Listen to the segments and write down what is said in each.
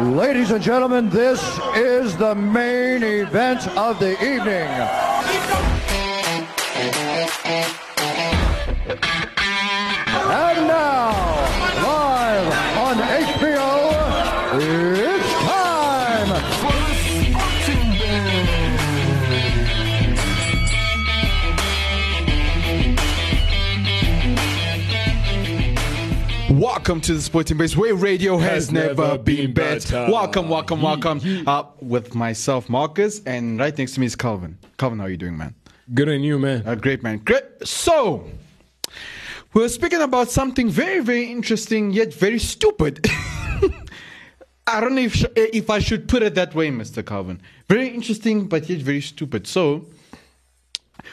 Ladies and gentlemen, this is the main event of the evening. And now, live on HBO, it's time. Welcome to the Sporting Base, where radio has, Has never, never been been better. better. Welcome, welcome, welcome. Uh, with myself, Marcus, and right next to me is Calvin. Calvin, how are you doing, man? Good on you, man. Uh, great, man. Great. So, we are speaking about something very, very interesting yet very stupid. I don't know if, sh- if I should put it that way, Mr. Calvin. Very interesting, but yet very stupid. So,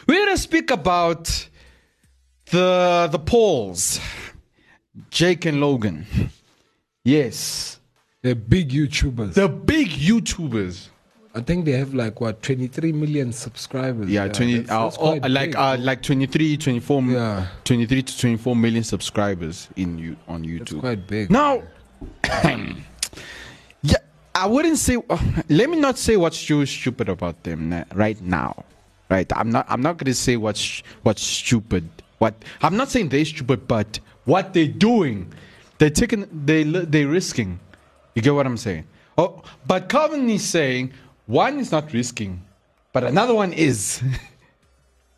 we're going to speak about the the polls, Jake and Logan. Yes, They're big YouTubers. the big YouTubers. I think they have like what 23 million subscribers. yeah, 20 that's- uh, that's oh, quite like big. uh, like 23 24 Yeah. 23 to 24 million subscribers in you on It's youtube quite big. now yeah i wouldn't say uh, let me not say what's too stupid about them na- right now right i'm not i'm not gonna say what's what's stupid what i'm not saying they're stupid but what they're doing they're taking they li- they're risking you get what i'm saying oh but calvin is saying one is not risking but another one is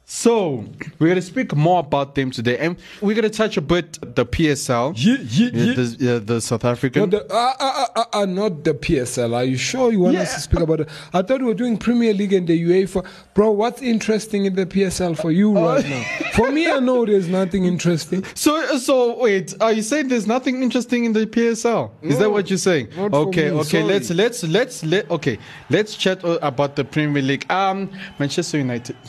so we're gonna speak more about them today, and we're gonna touch a bit the PSL, Yeah, yeah, yeah. The, uh, the South African. Not the, uh, uh, uh, uh, uh, not the PSL. Are you sure you want us Yeah. to speak about it? I thought we were doing Premier League and the UEFA. Bro, what's interesting in the PSL for you right now? For me, I know there's nothing interesting. so so wait, are you saying there's nothing interesting in the PSL? Is that No, what you're saying? not for Okay, me, okay, sorry. let's let's let's let okay, let's chat uh, about the Premier League. Um, Manchester United.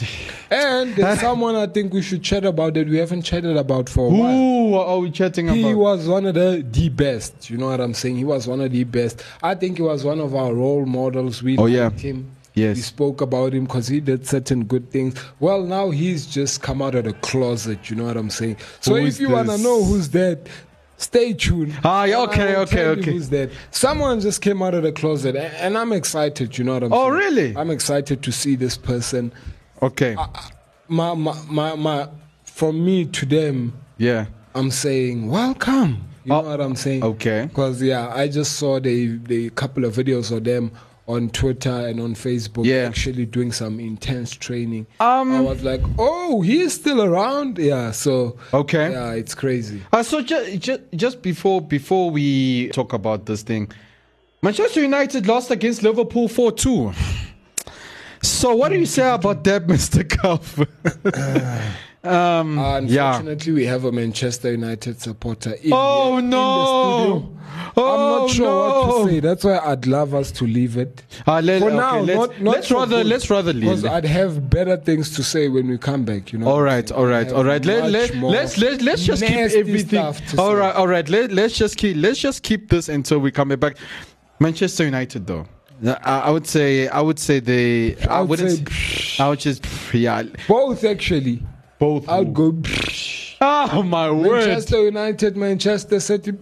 And there's someone I think we should chat about that we haven't chatted about for a while. Who are we chatting He about? was one of the the best. You know what I'm saying? He was one of the best. I think he was one of our role models. We Oh, liked yeah. him. Yes. We spoke about him because he did certain good things. Well, now he's just come out of the closet. You know what I'm saying? So Who is if you want to this? know who's that, stay tuned. Ah, yeah, And I okay, will okay, tell you okay. Who's that? Someone just came out of the closet, a- and I'm excited. You know what I'm Oh, saying? really? I'm excited to see this person. okay, My, my, my, my, from me to them, yeah, I'm saying welcome. You Oh, know what I'm saying? okay. Because yeah, I just saw the the couple of videos of them on Twitter and on Facebook Yeah. actually doing some intense training. Um, I was like, oh, he's still around. Yeah, so okay. yeah, it's crazy. Uh, so just, just just before before we talk about this thing, Manchester United lost against Liverpool four two. So what do you say about that, Mister Calvin? um, yeah. Uh, Unfortunately, we have a Manchester United supporter in, Oh here, in the no! studio. Oh, I'm not sure no. what to say. That's why I'd love us to leave it. Uh, let, For okay, now, let's, not, not let's rather let's rather Because leave. I'd have better things to say when we come back. You know. All right, all right, have all right. Let, much let, more let's let, let's just keep nasty everything. stuff to All say. right, all right. Let, let's just keep let's just keep this until we come back. Manchester United, though, Uh, I, I would say I would say they. I, I would wouldn't. I would just yeah. Both actually. Both. I'd go. Oh my word! Manchester United, Manchester City.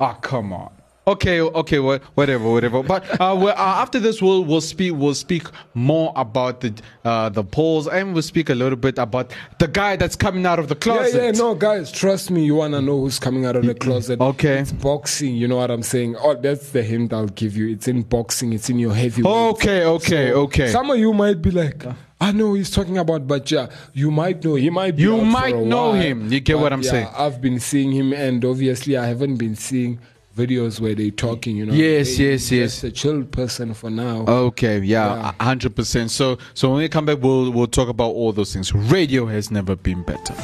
Ah, come on. Okay, okay, wha- whatever, whatever. But uh, we uh, after this, we'll we'll speak we'll speak more about the uh, the polls, and we'll speak a little bit about the guy that's coming out of the Yeah, closet. yeah, no, guys, trust me. You wanna know who's coming out of the closet? Okay. it's boxing. You know what I'm saying? Oh, that's the hint I'll give you. It's in boxing. It's in your heavyweight. Okay, okay, okay. Some of you might be like, I know he's talking about, but yeah, you might know. He might. Be You out for might a know while, him. You get but what I'm yeah, saying. I've been seeing him, and obviously, I haven't been seeing videos where they talking. You know. Yes, They- yes, Uh, yes. Just a chill person for now. Okay, yeah, Yeah. a hundred percent. So, so when we come back, we'll we'll talk about all those things. Radio has never been better.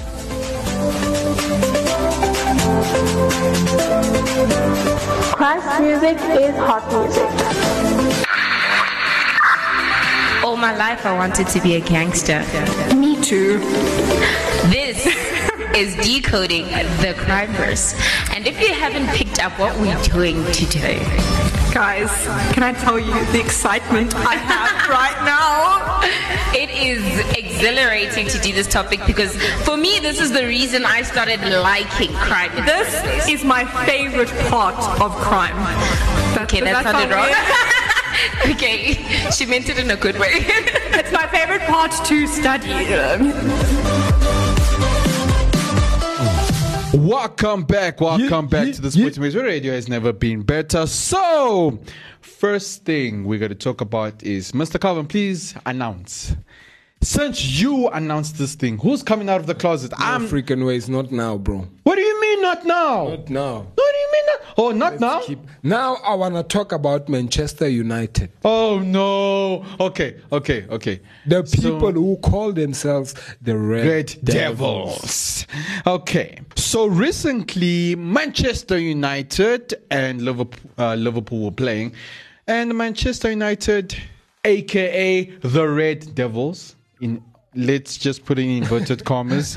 Christ music is hot music. All my life I wanted to be a gangster. Me too. This is decoding the crime verse. And if you haven't picked up what we're doing today, Guys, can I tell you the excitement I have right now? It is exhilarating to do this topic because for me, this is the reason I started liking crime. in the first place. This is my favorite part of crime. That's, okay, that that's sounded how wrong. weird. okay, she meant it in a good way. It's my favorite part to study. Welcome back, welcome back yeah, to the yeah. Sports Maze. where Radio has never been better. So, first thing we're going to talk about is Mr. Calvin, please announce. Since you announced this thing, who's coming out of the closet? I'm. African ways, not now, bro. What do you mean, not now? Not now. What do you mean, not? Oh, not now? Keep- Now I want to talk about Manchester United. Oh, no. Okay, okay, okay. The So- people who call themselves the Red Great Devils. Okay, so recently Manchester United and Liverpool, uh, Liverpool were playing, and Manchester United, aka the Red Devils, in let's just put it in inverted commas,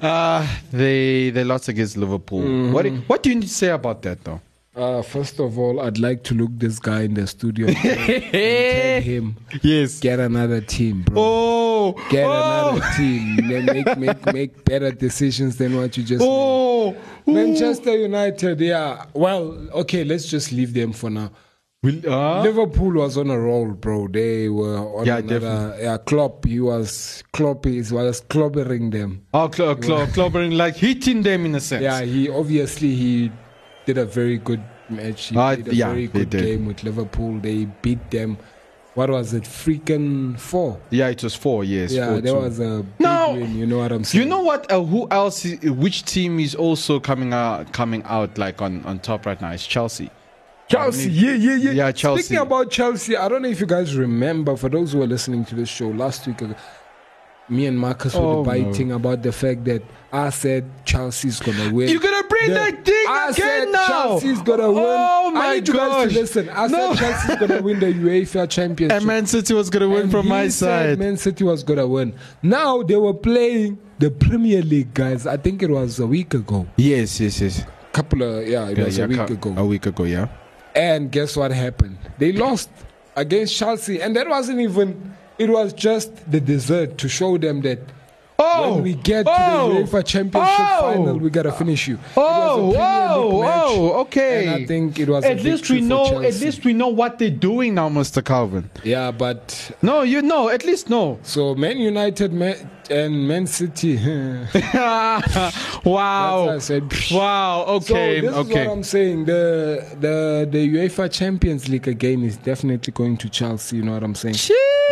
uh, they they lost against Liverpool. Mm-hmm. What do- what do you say about that though? Uh, first of all, I'd like to look this guy in the studio and tell him, Yes. get another team, bro. Oh, Get oh, another team. Then make, make, make better decisions than what you just made. oh, ooh. Manchester United, yeah. Well, okay, let's just leave them for now. Will- uh, Liverpool was on a roll, bro. They were on Yeah, another. definitely. Yeah, Klopp, he was Klopp is was clobbering them. oh, clo- clo- clobbering, like hitting them in a sense. Yeah, he obviously he did a very good match. He Uh, played a yeah, very they good did. game with Liverpool. They beat them. What was it? Freaking four. Yeah, it was four years. Yeah, four, there two. was a big No. win. You know what I'm saying? You know what? Uh, who else? i- Which team is also coming out? Coming out like on on top right now? It's Chelsea. Chelsea, yeah, yeah, yeah. Yeah, Chelsea. Speaking about Chelsea, I don't know if you guys remember, for those who are listening to this show, last week, uh, me and Marcus Oh, were debating about the fact that I said Chelsea's gonna win. You're gonna bring Yeah. that thing I again said now. Chelsea's gonna win. Oh my I need you guys gosh. to listen. I No. said Chelsea's gonna win the UEFA Championship. And Man City was gonna win And from he my said side. Man City was gonna win. Now they were playing the Premier League, guys. I think it was a week ago. Yes, yes, yes. Couple of yeah, it Yeah, was yeah, a week ca- ago. A week ago, yeah. And guess what happened? They lost against Chelsea, and that wasn't even. It was just the dessert to show them that Oh, when we get oh, to the UEFA Championship oh. final, we gotta finish you. Oh, oh, oh, okay. And I think it was a At least victory we for know. At Chelsea. least we know what they're doing now, Mister Calvin. Yeah, but No, you know. At least no. so Man United Man, and Man City. wow. That's what I said. Wow. Okay. so this okay. is what I'm saying. The the the UEFA Champions League again is definitely going to Chelsea. You know what I'm saying?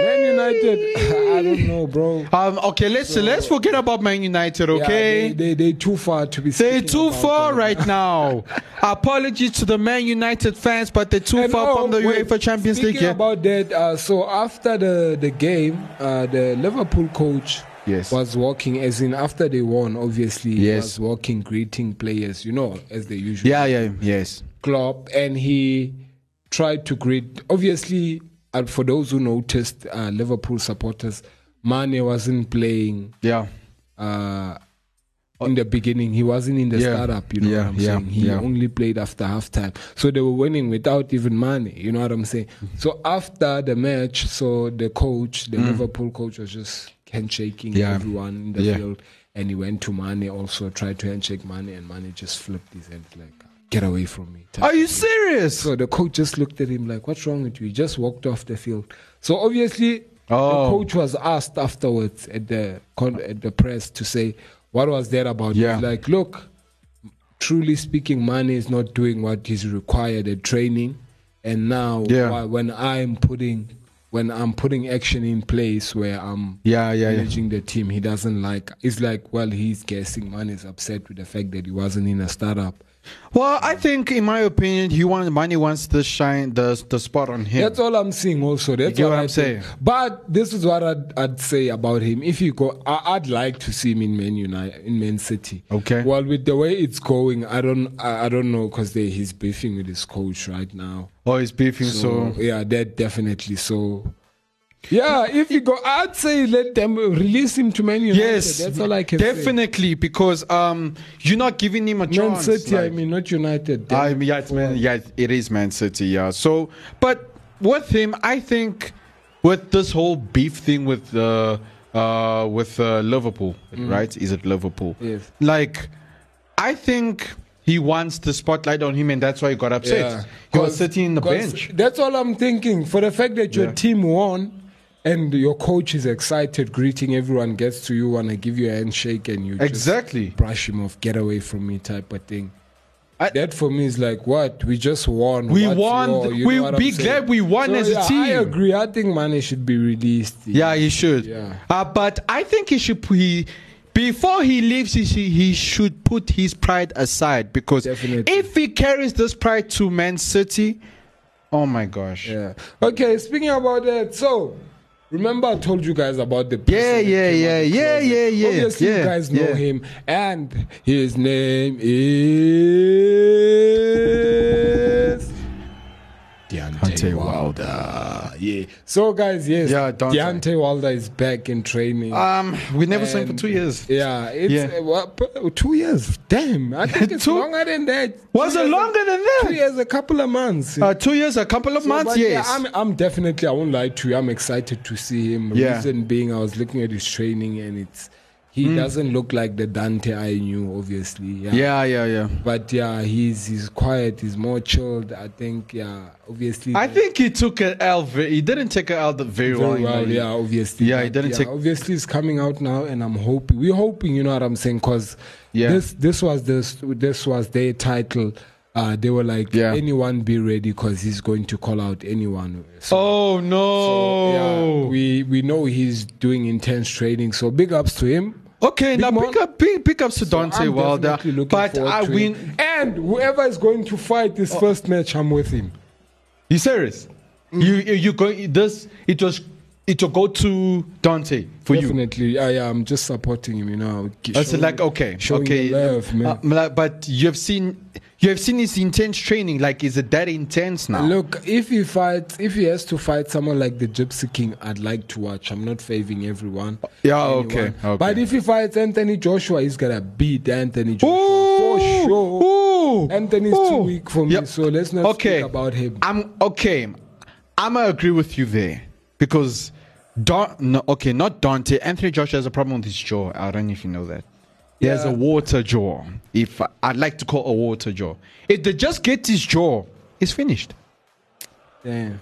Man United. I don't know, bro. Um, okay, let's let's forget about Man United, Yeah, okay? they, they they too far to be. they, are speaking too about far them. right now. Apologies to the Man United fans, but they're too And far oh, from the wait, UEFA Champions speaking League. Yeah. about that, uh, so after the the game, uh, the Liverpool coach Yes. was walking, as in after they won, obviously he Yes. was walking, greeting players, you know, as they usually yeah, yeah, yes. Klopp and he tried to greet. Obviously, uh, for those who noticed, uh, Liverpool supporters, Mane wasn't playing Yeah. uh, in the beginning. He wasn't in the Yeah. startup, you know Yeah, what I'm yeah, saying? He yeah. only played after halftime. So they were winning without even money, you know what I'm saying? Mm-hmm. So after the match, so the coach, the Liverpool coach, was just handshaking Mm. Yeah. everyone in the Yeah. field. And he went to Mane also, tried to handshake Mane, and Mane just flipped his hand like, get away from me. Are you serious? So the coach just looked at him like, "What's wrong with you?" He just walked off the field. So obviously, Oh. the coach was asked afterwards at the con- at the press to say, "What was that about?" Yeah. He's like, look, truly speaking, Mane is not doing what is required at training, and now Yeah. wh- when I'm putting when I'm putting action in place where I'm Yeah, yeah, yeah. managing the team, he doesn't like. It's like, well, he's guessing. Mane is upset with the fact that he wasn't in a startup. Well, I think, in my opinion, he wants money wants to shine the the spot on him. That's all I'm seeing. Also, that's get what I I'm think. saying? But this is what I'd, I'd say about him. If you go, I, I'd like to see him in Man United, in Man City. Okay. Well, with the way it's going, I don't, I, I don't know, because he's beefing with his coach right now. oh, he's beefing, so, yeah, that definitely. So Yeah, if you go, I'd say let them release him to Man United. Yes, that's all I can say. definitely because um, you're not giving him a Man chance. City, I like- mean, not United. I mean, yeah, it's man, yeah, it- it is Man City. Yeah. So, but with him, I think with this whole beef thing with uh, uh, with uh, Liverpool, right? Is it Liverpool? Mm-hmm. Yes. Like, I think he wants the spotlight on him, and that's why he got upset. He was 'Cause- sitting in the 'cause bench. That's all I'm thinking. For the fact that your Yeah. team won and your coach is excited, greeting everyone, gets to you, wanna give you a handshake, and you just Exactly. brush him off, get away from me, type of thing. I- that for me is like what we just won. We What's won. more? You know We- what I'm be saying? glad we won So, as a yeah, I team. agree. I think money should be released. Yeah, he should. Yeah. Uh, but I think he should. He before he leaves, he should, he should put his pride aside because Definitely. if he carries this pride to Man City, oh my gosh. Yeah. Okay. Speaking about that, so remember I told you guys about the person Yeah, that yeah, came out yeah, yeah, the closet. yeah, yeah, Obviously, you yeah, guys know yeah. him, and his name is Deontay Deontay Wilder. Yeah. So guys, yes, Yeah, Deontay. Deontay Wilder is back in training. Um, we never saw him for And- two years. Yeah, it's Yeah. uh, well, p- two years. Damn, I think it's Two- longer than that. Was Two it years, longer than that? Two years, a couple of months. Uh, two years, a couple of So, months. but Yes. Yeah, I'm, I'm definitely, I won't lie to you, I'm excited to see him. Yeah. Hmm. Reason being, I was looking at his training and it's, he doesn't look like the Dante I knew, obviously. Yeah. yeah, yeah, yeah. But yeah, he's he's quiet, he's more chilled. I think, yeah, obviously. I the- think he took an L. ve- He didn't take an L that very, very you know, well, he- yeah, obviously. Yeah, he But didn't take- Obviously, it's coming out now, and I'm hoping. We're hoping, you know what I'm saying? Because Yeah. this this was this this was their title. Uh, they were like, Yeah. anyone be ready, because he's going to call out anyone. So, Oh So, no. yeah, we we know he's doing intense training, so big ups to him. okay, now Big pick Mo- up, pick, pick up to So Dante I'm Wilder. definitely looking But forward I to win. Oh. it. And whoever is going to fight this first match, I'm with him. You serious? Mm. You you, you go this it was it will go to Dante for you. Definitely, I am just supporting him. You know, I said like okay, showing okay, your love, man. Uh, like, but you have seen you have seen his intense training. Like is it that intense now? Look, if he fights, if he has to fight someone like the Gypsy King, I'd like to watch. I'm not favoring everyone. yeah, anyone. Oh, okay, okay. But if he fights Anthony Joshua, he's gonna beat Anthony Joshua for Ooh, sure. ooh, Anthony's too ooh. weak for me, Yep. so let's not okay. Ah. speak about him. I'm okay. I'm gonna agree with you there because Don, no, okay, not Dante. Anthony Joshua has a problem with his jaw. I don't know if you know that. He has a Yeah. water jaw. If I'd like to call a water jaw, if they just get his jaw, it's finished. Damn.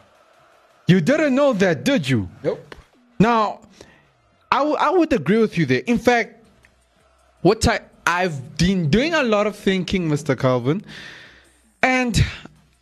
You didn't know that, did you? Nope. Now, I w- I would agree with you there. In fact, what I, I've been doing a lot of thinking, Mr. Calvin, and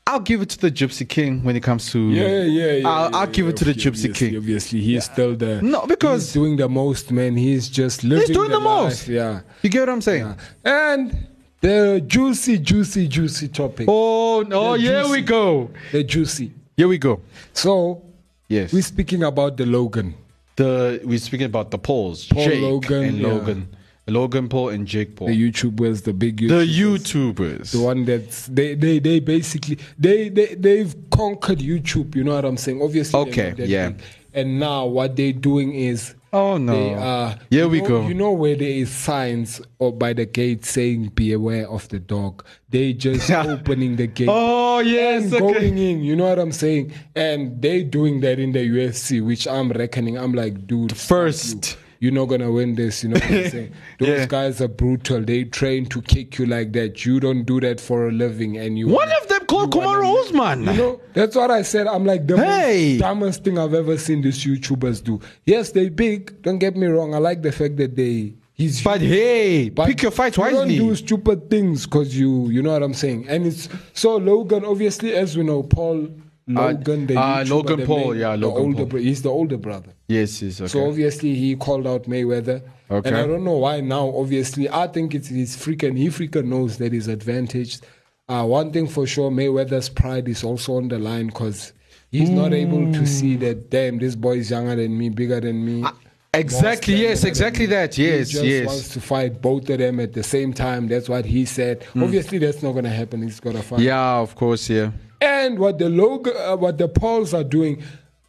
I'll give it to the Gypsy King when it comes to. Yeah, yeah, yeah. I'll, yeah, I'll give yeah, it to the obviously, Gypsy King. Obviously, he's still the No, because- he's doing the most, man. He's just living. He's doing the, life, most. Yeah. You get what I'm saying? yeah. And the juicy, juicy, juicy topic. Oh, no. The here we juicy. go. The juicy. Here we go. So Yes. we're speaking about the Logan. the, we're speaking about the polls. Paul Jake Logan, and yeah. Logan. Logan Paul and Jake Paul. The The, YouTubers, the big YouTubers. YouTubers. the one that's they they they basically they they they've conquered YouTube. You know what I'm saying? Obviously. they're Okay, not that yeah. big. And now what they're doing is Oh, no. They are, Here you we know- go. You know where there is signs or by the gate saying "Be aware of the dog." They just opening the gate. Oh, yes, and okay. going in. You know what I'm saying? And they doing that in the UFC, which I'm reckoning. I'm like, dude, fuck first. you. You're not gonna win this, you know what I'm saying? Those Yeah. guys are brutal. They train to kick you like that. You don't do that for a living, and you. One of them called you wanna- Kumaro Usman. You know, that's what I said. I'm like the Hey! most dumbest thing I've ever seen these YouTubers do. Yes, they big. Don't get me wrong. I like the fact that they. He's But hey, pick your fight you wisely. Don't do stupid things because you you know what I'm saying. And it's so Logan, obviously, as we know, Paul Logan, the uh, YouTuber, Logan the Paul, yeah, the Logan older Paul. bro- he's the older brother. Yes, yes, okay. So obviously he called out Mayweather. Okay. And I don't know why now. Obviously, I think it's he's freaking he freaking knows that he's advantaged. Uh, one thing for sure, Mayweather's pride is also on the line because he's not Hmm. able to see that damn this boy is younger than me, bigger than me. more Ah, exactly, stamina yes, than exactly me. that, yes, he just yes. Wants to fight both of them at the same time. That's what he said. Hmm. Obviously, that's not gonna happen. He's gonna fight. yeah, of course, yeah. And what the log, uh, what the polls are doing,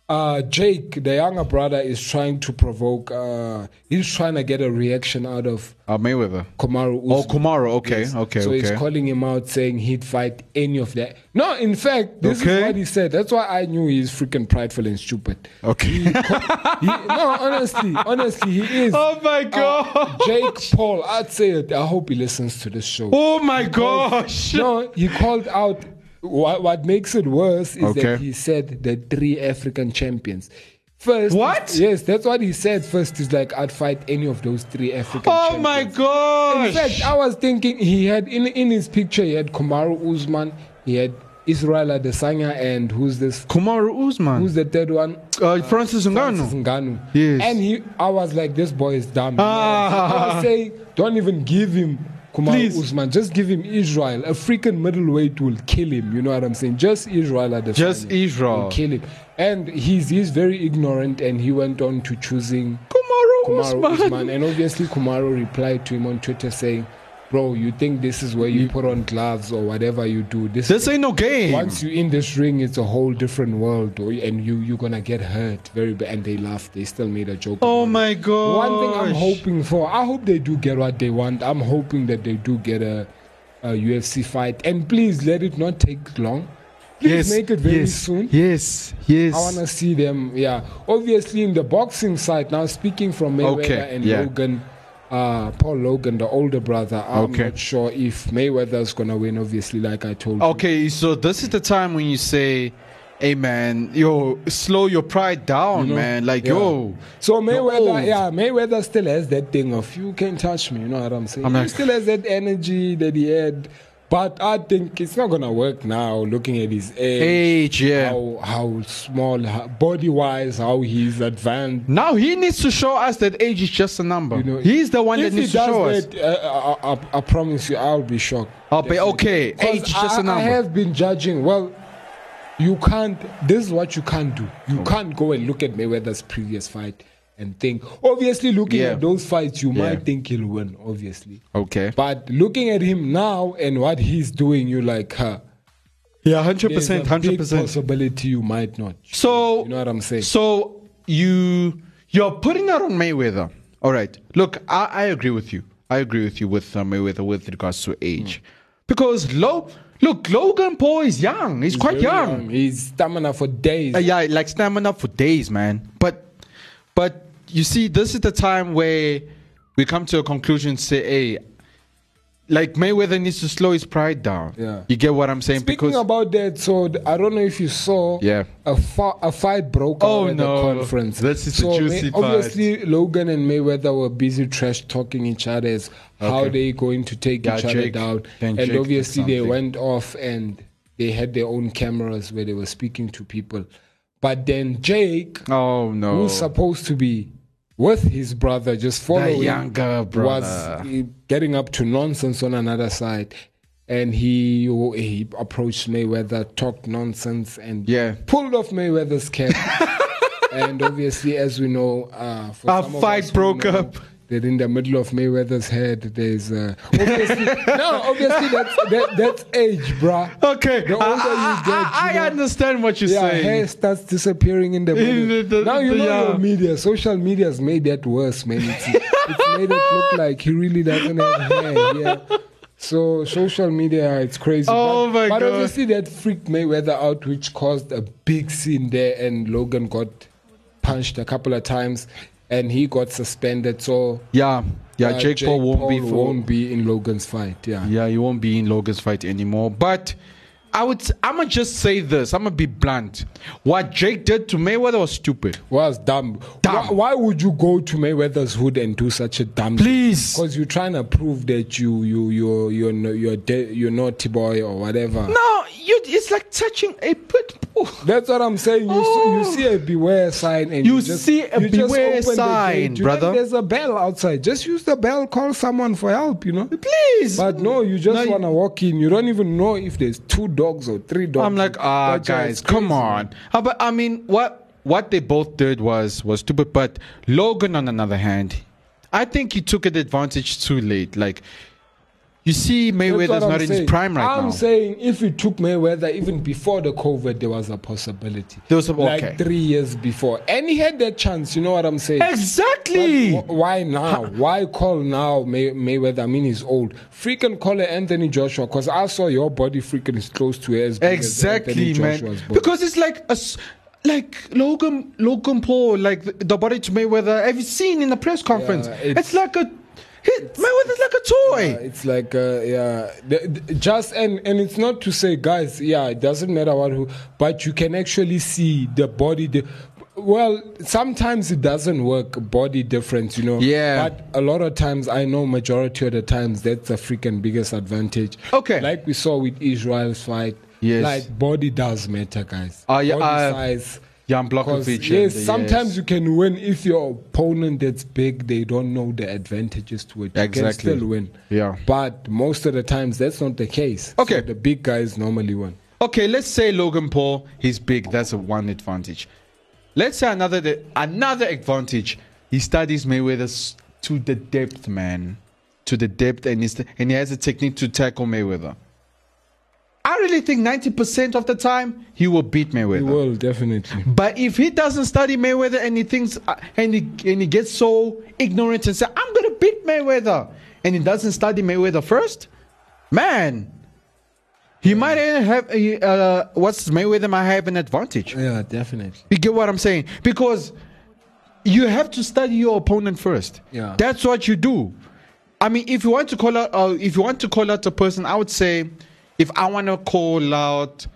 uh, Jake, the younger brother, is trying to provoke. Uh, he's trying to get a reaction out of Uh, Mayweather. Kamaru. Oh, Usman. Kumaro. Okay, okay, so he's okay. calling him out, saying he'd fight any of that. No, in fact, this Okay. is what he said. That's why I knew he's freaking prideful and stupid. okay. He- no, honestly, honestly, he is. uh, oh my god. Jake Paul, I'd say it. I hope he listens to this show. Oh my gosh. No, he called out. What, what makes it worse is Okay. that he said the three African champions. First, What? Yes, that's what he said. First, he's like, I'd fight any of those three African. Oh my champions." gosh. In fact, I was thinking he had in in his picture he had Kamaru Usman, he had Israel Adesanya, and who's this? Kumaro Usman. Who's the third one? uh, Francis Francis Ngannou. Ngannou. Yes. And he, I was like, this boy is dumb. Ah. I was saying, don't even give him Kumar Please. Usman. Just give him Israel. A freaking middleweight will kill him. You know what I'm saying? Just Israel at the Just final Israel. will kill him. And he's he's very ignorant, and he went on to choosing Kumaro Kumar Usman. Usman. And obviously, Kumaro replied to him on Twitter saying. Bro, you think this is where you put on gloves or whatever you do? This, This ain't no game. once you in this ring, it's a whole different world, or, and you you're gonna get hurt very bad. And they laughed. They still made a joke. oh about it. my god. One thing I'm hoping for, I hope they do get what they want. I'm hoping that they do get a, a UFC fight, and please let it not take long. Please Yes. make it very yes, soon. Yes. Yes. I want to see them. Yeah, obviously in the boxing side. Now speaking from Mayweather Okay, and yeah. Logan, uh, Paul Logan, the older brother. I'm Okay. not sure if Mayweather's gonna win. Obviously, like I told you. Okay, so this is the time when you say, "Hey, man, yo, slow your pride down, man. Like, Yeah. yo." So Mayweather, old. yeah, Mayweather still has that thing of you can't touch me. You know what I'm saying? I'm he like- still has that energy that he had, but I think it's not gonna work now. Looking at his age, Age, yeah. how how small, how, body wise, how he's advanced. Now he needs to show us that age is just a number. You know, He's the one if that he needs to show does us. that, uh, I, I, I promise you, I'll be shocked. I'll be okay. Age is 'Cause just I, a number. I have been judging. Well, you can't. This is what you can't do. You can't go and look at Mayweather's previous fight and think. Obviously, looking Yeah. at those fights, you Yeah. might think he'll win. Obviously, okay. but looking at him now and what he's doing, you like, huh? Yeah, hundred there's percent, a hundred big percent. possibility you might not. So You know what I'm saying? So you you're putting that on Mayweather. All right. Look, I, I agree with you. I agree with you with uh, Mayweather with regards to Hmm. age, because low. Look, Logan Paul is young. He's, quite Very young. He's stamina for days. Uh, yeah, like stamina for days, man. But but you see, this is the time where we come to a conclusion. Say, hey, like Mayweather needs to slow his pride down. Yeah. you get what I'm saying? Speaking because about that, so th- I don't know if you saw Yeah. a, fa- a fight broke out Oh, at no. the conference. This is a so May- juicy fight. Obviously, Logan and Mayweather were busy trash talking each other as how Okay. they going to take Yeah, each other Jake- down. then And Jake did obviously, they something. went off and they had their own cameras where they were speaking to people. But then Jake, oh no, who's supposed to be with his brother, just following younger brother. was eh, getting up to nonsense on another side, and he he approached Mayweather, talked nonsense, and Yeah. pulled off Mayweather's cap. and obviously, as we know, uh, for A some of fight us who broke know up. That in the middle of Mayweather's head, there's uh, obviously, no, obviously that's that, that's age, bruh. okay. The older I, you get, I- I- you I know, understand what you're yeah, hair saying. starts disappearing in the In middle. the- the- now you the- know yeah. your media, social media's made that worse, man. It's, it's made it look like he really doesn't have hair. Yeah. So social media, it's crazy. Oh but, my But God. obviously that freaked Mayweather out, which caused a big scene there, and Logan got punched a couple of times, and he got suspended. So Yeah, yeah. uh, Jake, Paul won't be for won't be in Logan's fight. Yeah. Yeah, you won't be in Logan's fight anymore. But I would, I'm gonna just say this. I'm gonna be blunt. What Jake did to Mayweather was stupid. was dumb. Dumb. Why, why would you go to Mayweather's hood and do such a dumb? Please. because you're trying to prove that you you you you're no, you're de- you're naughty boy or whatever. No, you. It's like touching a pit bull. That's what I'm saying. You, Oh. see, you see a beware sign, and You you, just, see a you just beware open the gate. sign, You think brother. There's a bell outside. Just use the bell. Call someone for help. You know. Please. But no, you No, just you- want to walk in. You don't even know if there's two dogs or three dogs. I'm like, ah, That guy guys, is come crazy. on. Uh, But I mean, what what they both did was was stupid. But Logan, on another hand, I think he took an advantage too late. Like You see, That's Mayweather's what I'm not in saying. his prime right I'm now. saying if it took Mayweather even before the COVID, there was a possibility. There was a- okay. like three years before, and he had that chance. You know what I'm saying? exactly. Wh- Why now? Why call now, May- Mayweather? I mean, he's old. Freaking call her Anthony Joshua, because I saw your body freaking is close to hers. Exactly, man. Because it's like a, s- like Logan Logan Paul, like the, the body to Mayweather. Have you seen in the press conference? Yeah, it's, it's- like a hit. Mayweather's like a toy. it's like, uh, yeah, the- the- just and and it's not to say, guys, yeah, it doesn't matter what who, but you can actually see the body. The, well, sometimes it doesn't work body difference, you know. Yeah. But a lot of times, I know majority of the times that's the freaking biggest advantage. Okay. Like we saw with Israel's fight. Yes. Like body does matter, guys. Uh, yeah, body uh, size. Jan Because, Blachowicz. yes, sometimes you can win if your opponent that's big, they don't know the advantages to it. You Exactly. can still win. Yeah. But most of the times, that's not the case. Okay. So the big guys normally win. Okay, let's say Logan Paul, he's big. That's a one advantage. Let's say another the- another advantage. He studies Mayweather s- to the depth, man, to the depth, and he's, and he has a technique to tackle Mayweather. I really think ninety percent of the time he will beat Mayweather. He will, definitely. But if he doesn't study Mayweather and he thinks uh, and he and he gets so ignorant and say I'm gonna beat Mayweather and he doesn't study Mayweather first, man, he might end have uh, uh, what's Mayweather might have an advantage. Yeah, definitely. You get what I'm saying? Because you have to study your opponent first. Yeah. That's what you do. I mean, if you want to call out, uh, if you want to call out a person, I would say, if I want to call out,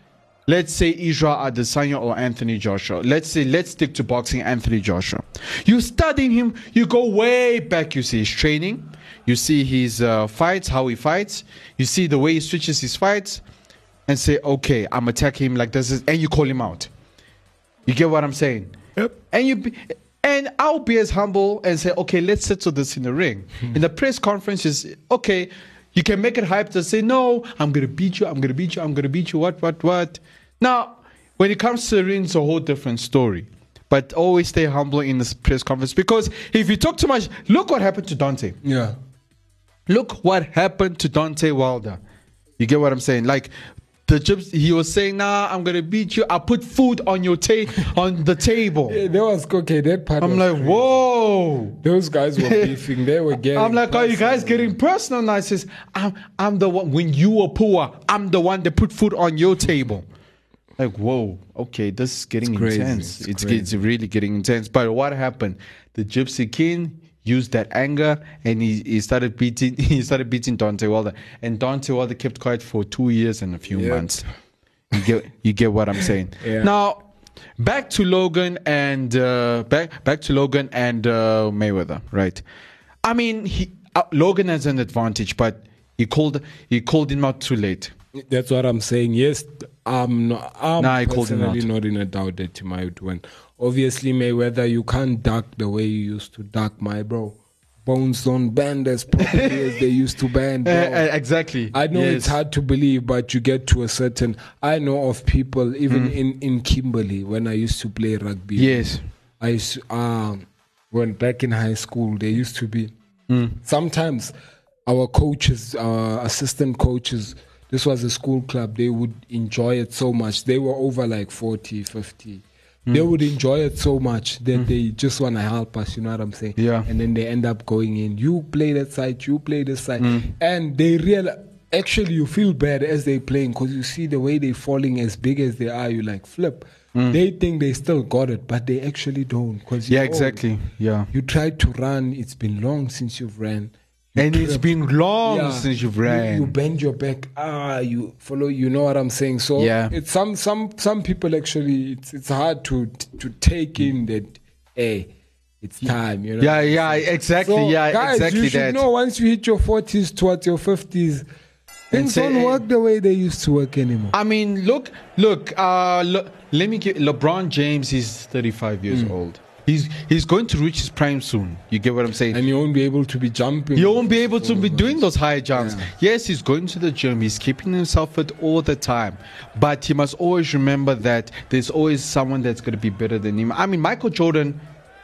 let's say Israel Adesanya or Anthony Joshua. Let's say let's stick to boxing. Anthony Joshua. You studying him. You go way back. You see his training. You see his uh, fights, how he fights. You see the way he switches his fights, and say, okay, I'm attacking him like this, is, and you call him out. You get what I'm saying? Yep. And you be, and I'll be as humble and say, okay, let's settle this in the ring. In the press conference, is okay. You can make it hyped and say, no, I'm gonna beat you. I'm gonna beat you. I'm gonna beat you. What? What? What? Now, when it comes to the ring, it's a whole different story. But always stay humble in this press conference because if you talk too much, look what happened to Dante. Yeah. Look what happened to Dante Wilder. You get what I'm saying? Like the gyps, he was saying, "Nah, I'm gonna beat you. I put food on your ta- on the table." Yeah, That was okay. That part. I'm was like, crazy. "Whoa." Those guys were beefing. They were getting. I'm like, are you personal. guys getting personal? And I says, I'm, I'm the one, when you were poor, I'm the one that put food on your table. Like, whoa, okay, this is getting crazy. intense. It's It's, it's really getting intense. But what happened? The Gypsy King used that anger and he, he started beating he started beating Dante Wilder. And Dante Wilder kept quiet for two years and a few months. You get you get what I'm saying. Yeah. Now back to Logan and uh, back back to Logan and uh, Mayweather, right? I mean, he, uh, Logan has an advantage, but he called he called him out too late. That's what I'm saying. Yes, I'm not. I'm Nah, I called him personally not in a doubt that he might win. Obviously, Mayweather, you can't duck the way you used to duck, my bro. Bones don't bend as properly as they used to bend. Uh, bro. uh, exactly. I know it's Yes. hard to believe, but you get to a certain. I know of people even in in Kimberley when I used to play rugby. Mm. Yes. I used to, um, when back in high school there used to be Mm. sometimes our coaches, uh, assistant coaches. This was a school club. They would enjoy it so much. They were over like 40, 50. They Mm. would enjoy it so much that they just want to help us. You know what I'm saying? Yeah. And then they end up going in. You play that side. You play this side. Mm. And they realize. Actually, you feel bad as they playing because you see the way they falling as big as they are. You like flip. They think they still got it, but they actually don't. Cause Mm. Yeah, you're old. exactly. Yeah. You tried to run. It's been long since you've ran. You And it's trip. been long Yeah. since you've You- ran. You, bend your back. Ah, you follow. You know what I'm saying. So Yeah. it's some some some people actually. It's it's hard to to take in that. Hey, it's time. You know. yeah, yeah, exactly. So, yeah, guys, exactly you should that. know once you hit your 40s towards your 50s, things say, don't "Hey." work the way they used to work anymore. I mean, look, look. Uh, lo- let me get LeBron James. He's 35 years Mm. old. He's he's going to reach his prime soon. You get what I'm saying? and you won't be able to be jumping. You won't be able to be doing those high jumps. Yes, he's going to the gym. He's keeping himself fit all the time. But he must always remember that there's always someone that's going to be better than him. I mean, Michael Jordan,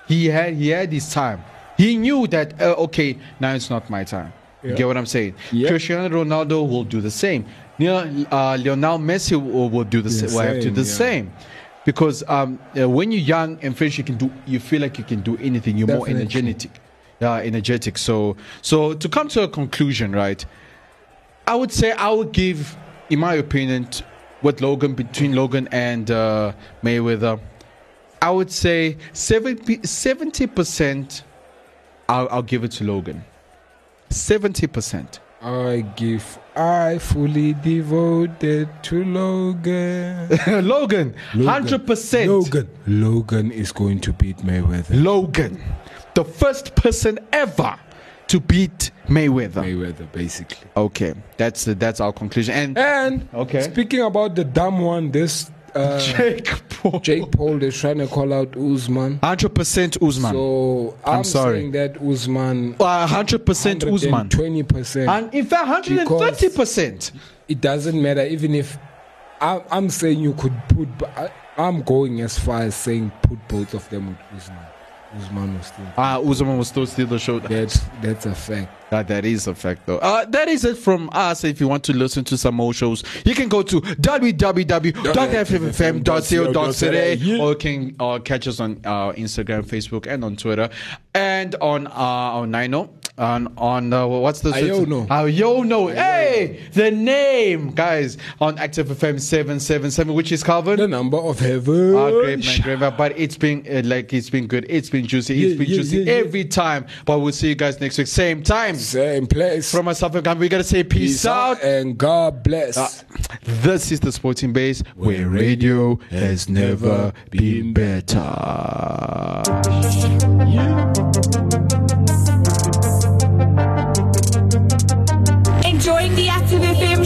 he had he had his time. He knew that uh, okay, now it's not my time. You Get what I'm saying? Yeah. Cristiano Ronaldo will do the same. Lionel, uh, Lionel Messi will, will do the, The same. Will have to do the same, yeah. same. Because um, uh, when you're young and fresh, you can do. You feel like you can do anything. You're more Definitely. energetic. Yeah, energetic. So, so to come to a conclusion, right? I would say I would give, in my opinion, t- with Logan between Logan and uh, Mayweather, I would say 70 percent. I'll, I'll give it to Logan. Seventy percent. I give. I fully devoted to Logan. Logan, hundred percent. Logan. Logan. Logan is going to beat Mayweather. the first person ever to beat Mayweather. Mayweather, basically. Okay, that's that's our conclusion. And And Okay. speaking about the dumb one, this uh, Jake Paul, Jake Paul is trying to call out Usman. hundred percent Usman. So I'm, sorry. saying that Usman, hundred percent Usman. twenty percent. And in fact, hundred and thirty percent. It doesn't matter, even if I'm, I'm saying you could put. I, I'm going as far as saying put both of them with Usman. Usman was still. Ah, Usman was still steal the show. That's that's a fact. Ah, that is a fact, though. Uh, that is it from us. If you want to listen to some more shows, you can go to www.ffm.co.za or you can uh, catch us on uh, Instagram, Facebook, and on Twitter, and on uh, on Nino. On on uh, what's the Iono. Iono. Hey, the name, guys, on Active FM seven seven seven, which is Calvin. The number of heaven. Ah, great man, great man. But it's been uh, like it's been good. It's been juicy. It's Yeah, been yeah, juicy yeah, yeah. every time. But we'll see you guys next week, same time. Same place. From myself and Gam, we gotta say peace, Peace out. out Uh, and God bless. This is the Sporting Base, where radio has never been better. Enjoying the Active FM